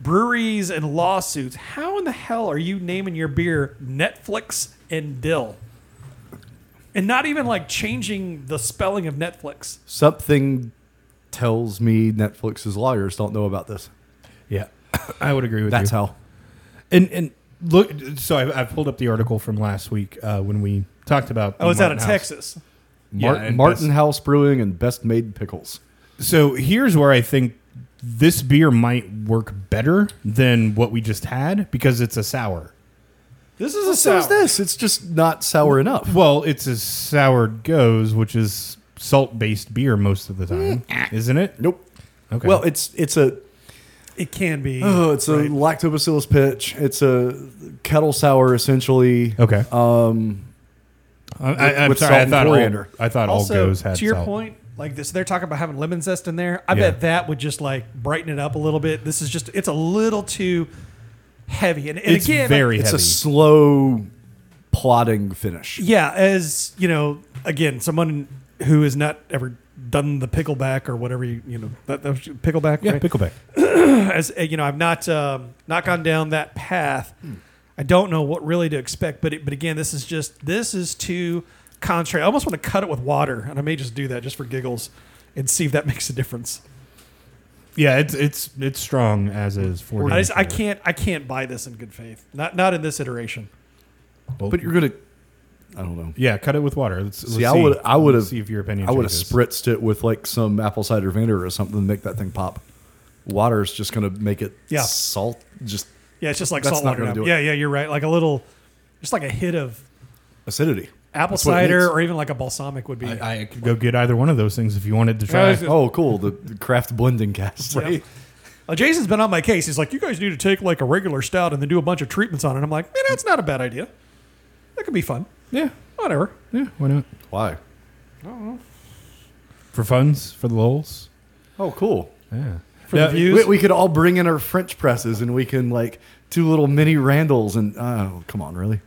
Speaker 1: breweries and lawsuits, how in the hell are you naming your beer Netflix and Dill? and not even like changing the spelling of Netflix.
Speaker 3: Something tells me Netflix's lawyers don't know about this.
Speaker 2: Yeah, I would agree with
Speaker 3: That's
Speaker 2: you.
Speaker 3: how.
Speaker 2: and and look, so I, I pulled up the article from last week uh, when we talked about. the
Speaker 1: Oh, it's out of
Speaker 2: Martin House.
Speaker 1: Texas.
Speaker 2: Yeah,
Speaker 3: Martin,
Speaker 2: and
Speaker 3: Martin House Brewing and Best Made Pickles.
Speaker 2: So here's where I think this beer might work better than what we just had because it's a sour.
Speaker 1: This is a
Speaker 3: So is
Speaker 1: sour.
Speaker 3: this? It's just not sour enough.
Speaker 2: Well, it's as sour goes, which is salt based beer most of the time,
Speaker 1: Mm.
Speaker 2: isn't it?
Speaker 3: Nope.
Speaker 2: Okay.
Speaker 3: Well, it's it's a
Speaker 1: It can be.
Speaker 3: oh, it's a lactobacillus pitch. It's a kettle sour essentially.
Speaker 2: okay. Um, I, am
Speaker 3: with
Speaker 2: sorry. I
Speaker 3: salt and
Speaker 2: thought all,
Speaker 3: coriander.
Speaker 2: I thought all
Speaker 1: also,
Speaker 2: goes had
Speaker 1: to your
Speaker 2: salt.
Speaker 1: point, like this, they're talking about having lemon zest in there. I
Speaker 2: Yeah.
Speaker 1: bet that would just like brighten it up a little bit. This is just, it's a little too heavy. And, and
Speaker 2: It's
Speaker 1: again,
Speaker 2: very
Speaker 3: It's
Speaker 2: heavy.
Speaker 3: a slow plodding finish.
Speaker 1: yeah, as you know, again, someone who has not ever done the pickleback or whatever you, you know, that, that was pickleback,
Speaker 2: yeah,
Speaker 1: right?
Speaker 2: pickleback.
Speaker 1: as uh, you know, I've not um, not gone down that path.
Speaker 3: Hmm.
Speaker 1: I don't know what really to expect, but it, but again, this is just this is too contrary. I almost want to cut it with water, and I may just do that just for giggles and see if that makes a difference.
Speaker 2: Yeah, it's it's it's strong as is for.
Speaker 1: I, just, I can't I can't buy this in good faith. Not not in this iteration.
Speaker 3: But you're gonna I don't know.
Speaker 2: Yeah, cut it with water. Let's,
Speaker 3: See, I would I would have
Speaker 2: see if your opinion.
Speaker 3: I would have
Speaker 2: changes.
Speaker 3: spritzed it with like some apple cider vinegar or something to make that thing pop. Water is just gonna make it
Speaker 1: Yeah.
Speaker 3: salt just
Speaker 1: Yeah, it's just like
Speaker 3: That's
Speaker 1: salt
Speaker 3: not
Speaker 1: water.
Speaker 3: gonna
Speaker 1: now.
Speaker 3: do it.
Speaker 1: Yeah, yeah, you're right. Like a little, just like a hit of
Speaker 3: acidity.
Speaker 1: apple
Speaker 3: That's what it
Speaker 1: cider
Speaker 3: needs.
Speaker 1: or even like a balsamic would be.
Speaker 2: I, I could go get either one of those things if you wanted to
Speaker 1: Yeah,
Speaker 2: try.
Speaker 1: it's-
Speaker 3: Oh, cool! The, the craft blending cast.
Speaker 1: Yeah. Uh, Jason's been on my case. He's like, you guys need to take like a regular stout and then do a bunch of treatments on it. I'm like, man, that's not a bad idea. That could be fun.
Speaker 2: yeah,
Speaker 1: Whatever.
Speaker 2: yeah. Why not?
Speaker 3: Why?
Speaker 2: For funs, for the lols.
Speaker 3: Oh, cool.
Speaker 2: Yeah.
Speaker 1: For
Speaker 2: Now,
Speaker 1: the views.
Speaker 3: We, we could all bring in our French presses and we can like do little mini Randalls and oh, come on, really?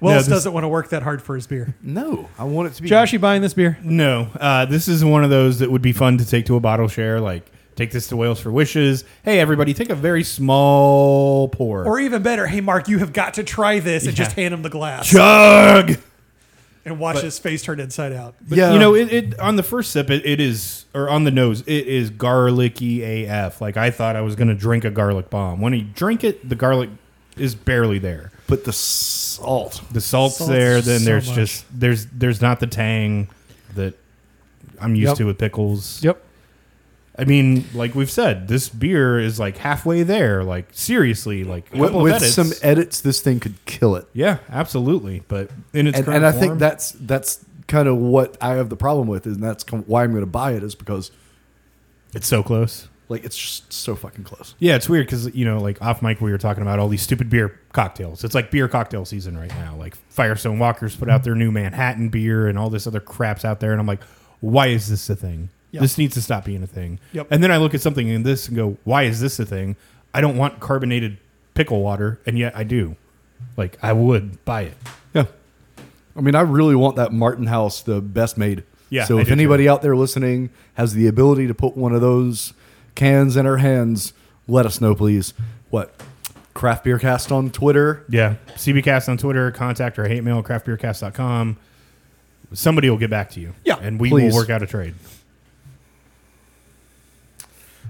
Speaker 1: Wells
Speaker 2: No, this-
Speaker 1: doesn't want to work that hard for his beer.
Speaker 3: No, I want it to be
Speaker 1: Josh, you buying this beer?
Speaker 2: No, uh, this is one of those that would be fun to take to a bottle share. Like, take this to Wales for Wishes. Hey, everybody, take a very small pour.
Speaker 1: Or even better, hey, Mark, you have got to try this and
Speaker 2: Yeah.
Speaker 1: just hand him the glass
Speaker 2: chug.
Speaker 1: and watch his face turn inside out.
Speaker 3: Yeah.
Speaker 2: You know, it, it on the first sip, it, it is, or on the nose, it is garlicky AF. Like I thought I was gonna drink a garlic bomb. When you drink it, the garlic is barely there.
Speaker 3: But the salt.
Speaker 2: The salt's,
Speaker 1: Salt's
Speaker 2: there. Then
Speaker 1: so
Speaker 2: there's
Speaker 1: much.
Speaker 2: just there's there's not the tang that I'm used
Speaker 1: Yep.
Speaker 2: to with pickles.
Speaker 1: Yep.
Speaker 2: I mean, like we've said, this beer is like halfway there. Like seriously, like a
Speaker 3: With,
Speaker 2: couple of
Speaker 3: with
Speaker 2: edits.
Speaker 3: some e- edits, this thing could kill it.
Speaker 2: yeah, absolutely. But in its
Speaker 3: and,
Speaker 2: current
Speaker 3: and I
Speaker 2: form-
Speaker 3: think that's that's kind of what I have the problem with, and that's com- why I'm going to buy it is because
Speaker 2: it's so close.
Speaker 3: like it's just so fucking close.
Speaker 2: Yeah, it's weird because you know, like off mic, we were talking about all these stupid beer cocktails. It's like beer cocktail season right now. Like Firestone Walkers put out their new Manhattan beer and all this other crap's out there, and I'm like, why is this a thing?
Speaker 1: Yep.
Speaker 2: This needs to stop being a thing.
Speaker 1: Yep.
Speaker 2: And then I look at something in this and go, why is this a thing? I don't want carbonated pickle water, and yet I do. Like I would buy it.
Speaker 3: Yeah, I mean, I really want that Martin House, the best made.
Speaker 2: Yeah,
Speaker 3: So
Speaker 2: I
Speaker 3: if
Speaker 2: do
Speaker 3: anybody out there listening has the ability to put one of those cans in our hands, let us know, please. What? Craft Beer Cast on Twitter.
Speaker 2: Yeah. CBcast on Twitter, contact or hate mail at craftbeercast.com. Somebody will get back to you.
Speaker 1: Yeah,
Speaker 2: And we
Speaker 3: please.
Speaker 2: will work out a trade.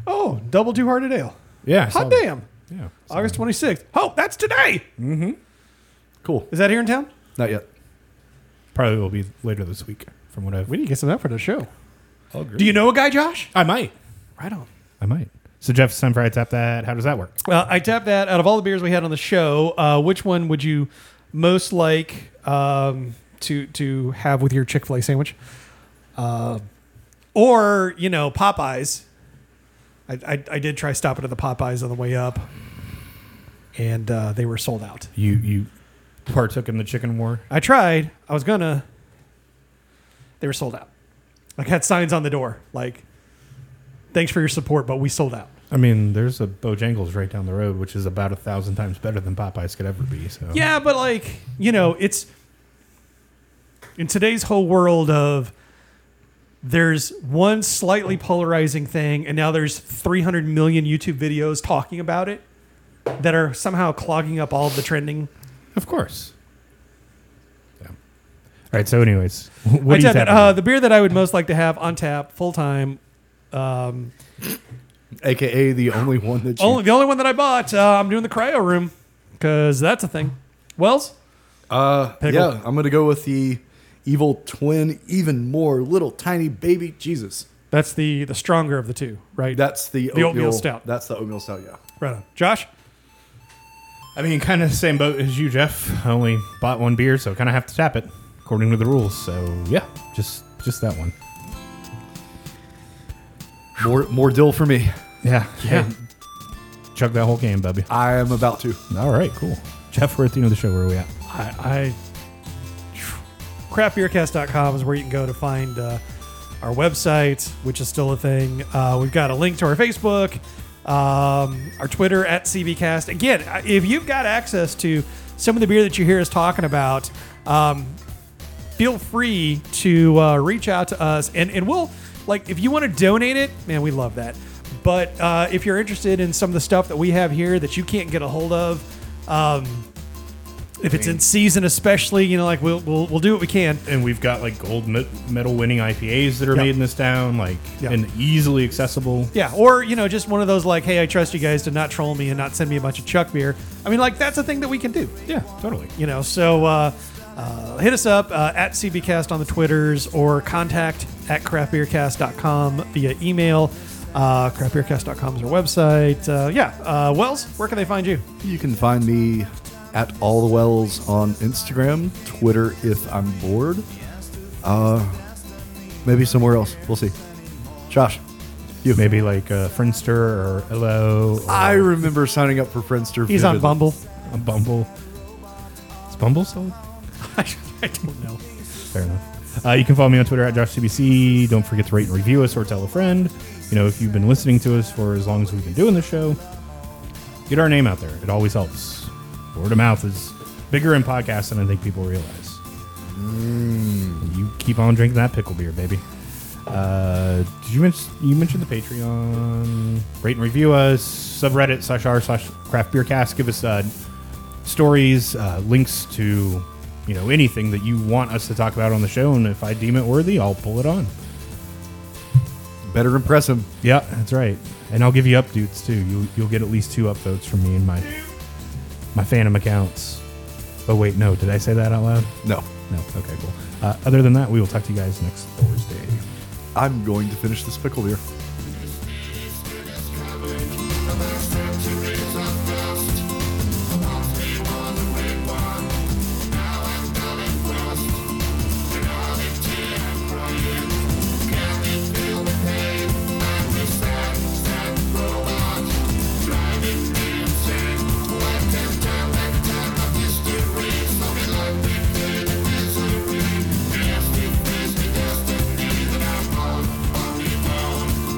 Speaker 1: Oh, double two hearted ale.
Speaker 2: Yeah. I saw
Speaker 1: Hot
Speaker 2: that.
Speaker 1: damn.
Speaker 2: Yeah.
Speaker 1: August 26th. Oh, that's today. Mm-hmm.
Speaker 3: Cool.
Speaker 1: Is that here in town?
Speaker 3: Not yet.
Speaker 2: Probably will be later this week from what I've.
Speaker 1: We need to get some of that for the show. Do you know a guy, Josh?
Speaker 2: I might.
Speaker 1: Right on.
Speaker 2: I might. So, Jeff, it's time for I Tap That. How does that work?
Speaker 1: Well, I tapped that out of all the beers we had on the show. Uh, which one would you most like um, to to have with your Chick Fil A sandwich, uh, or you know Popeyes? I, I, I did try stopping at the Popeyes on the way up, and uh, they were sold out.
Speaker 2: You you partook in the chicken war.
Speaker 1: I tried. I was gonna. They were sold out. Like had signs on the door, like "Thanks for your support, but we sold out."
Speaker 2: I mean, there's a Bojangles right down the road, which is about a thousand times better than Popeyes could ever be. So
Speaker 1: Yeah, but like, you know, it's in today's whole world of there's one slightly polarizing thing and now there's 300 million YouTube videos talking about it that are somehow clogging up all of the trending.
Speaker 2: of course. Yeah. All right. So, anyways,
Speaker 1: I
Speaker 2: what do you
Speaker 1: tapped it.
Speaker 2: tap?
Speaker 1: uh, the beer that I would most like to have on tap full time
Speaker 3: AKA the only one that you.
Speaker 1: only the only one that I bought uh, I'm doing the cryo room cuz that's a thing. Wells?
Speaker 3: uh,
Speaker 1: Pickle.
Speaker 3: Yeah, I'm going to go with the evil twin, even more little tiny baby Jesus.
Speaker 1: That's the the stronger of the two, right?
Speaker 3: That's the,
Speaker 1: The oatmeal stout.
Speaker 3: That's the oatmeal stout, yeah.
Speaker 1: right on. Josh?
Speaker 2: I mean, kind of the same boat as you, Jeff. I only bought one beer, so kind of have to tap it according to the rules. So yeah, just just that one.
Speaker 3: More, more dill for me.
Speaker 2: Yeah. Yeah. Chug that whole can, bubby.
Speaker 3: I am about to.
Speaker 2: All right. Cool. Jeff, we're at the end of the show. Where are we at?
Speaker 1: I, I craftbeercast.com is where you can go to find uh, our website, which is still a thing. Uh, we've got a link to our Facebook, um, our Twitter at CBcast. Again, I- if you've got access to some of the beer that you hear us talking about, um, feel free to uh, reach out to us and, and we'll like if you want to donate it man we love that but uh, if you're interested in some of the stuff that we have here that you can't get a hold of um, if it's in season especially you know like we'll, we'll, we'll do what we can
Speaker 2: and we've got like gold me- medal winning IPAs that are
Speaker 1: Yeah.
Speaker 2: made in this town, like
Speaker 1: Yeah.
Speaker 2: and easily accessible.
Speaker 1: yeah or you know just one of those like hey i trust you guys to not troll me and not send me a bunch of chuck beer i mean like that's a thing that we can do
Speaker 2: Yeah, totally.
Speaker 1: you know so uh, uh, hit us up uh, at cbcast on the twitters or contact at craftbeercast.com via email uh, craftbeercast.com is our website uh, yeah uh, wells where can they find you
Speaker 3: You can find me at all the wells on Instagram, Twitter if I'm bored. Uh, maybe somewhere else. We'll see. Josh,
Speaker 2: You maybe like uh, Friendster or Hello. Or
Speaker 3: I remember signing up for Friendster.
Speaker 1: he's on
Speaker 3: vividly.
Speaker 1: bumble
Speaker 2: uh, Bumble. Is Bumble still?
Speaker 1: i don't know
Speaker 2: Fair enough. Uh, you can follow me on Twitter at JoshCBC. Don't forget to rate and review us or tell a friend. You know, if you've been listening to us for as long as we've been doing the show, get our name out there. It always helps. Word of mouth is bigger in podcasts than I think people realize. You keep on drinking that pickle beer, baby. Uh, did you mention you mentioned the Patreon? Rate and review us. Subreddit slash r slash craft beer cast. Give us uh, stories, uh, links to you know anything that you want us to talk about on the show, and if I deem it worthy, I'll pull it on.
Speaker 3: Better impress him.
Speaker 2: Yeah, that's right. And I'll give you updates too. You you'll get at least two upvotes from me and my my Phantom accounts. Oh wait, no, did I say that out loud?
Speaker 3: No,
Speaker 2: No. Okay, cool. Uh, other than that, we will talk to you guys next Thursday.
Speaker 3: I'm going to finish this pickle beer.
Speaker 4: Let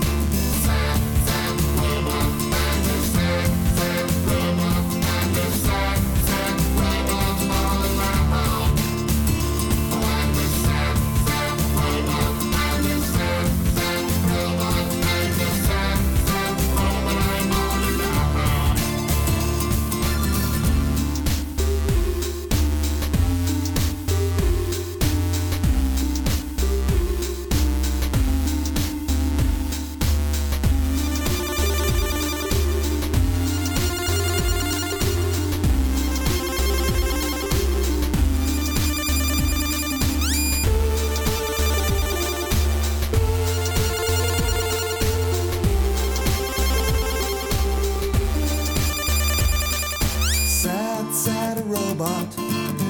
Speaker 4: robot.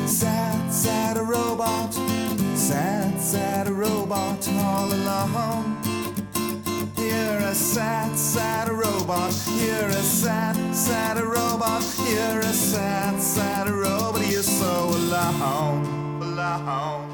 Speaker 4: Sat, sat a robot. Sat, sat a robot all alone. You're a sad, sad robot. You're a sad, sad robot. You're a sad, sad robot. You're so alone, alone.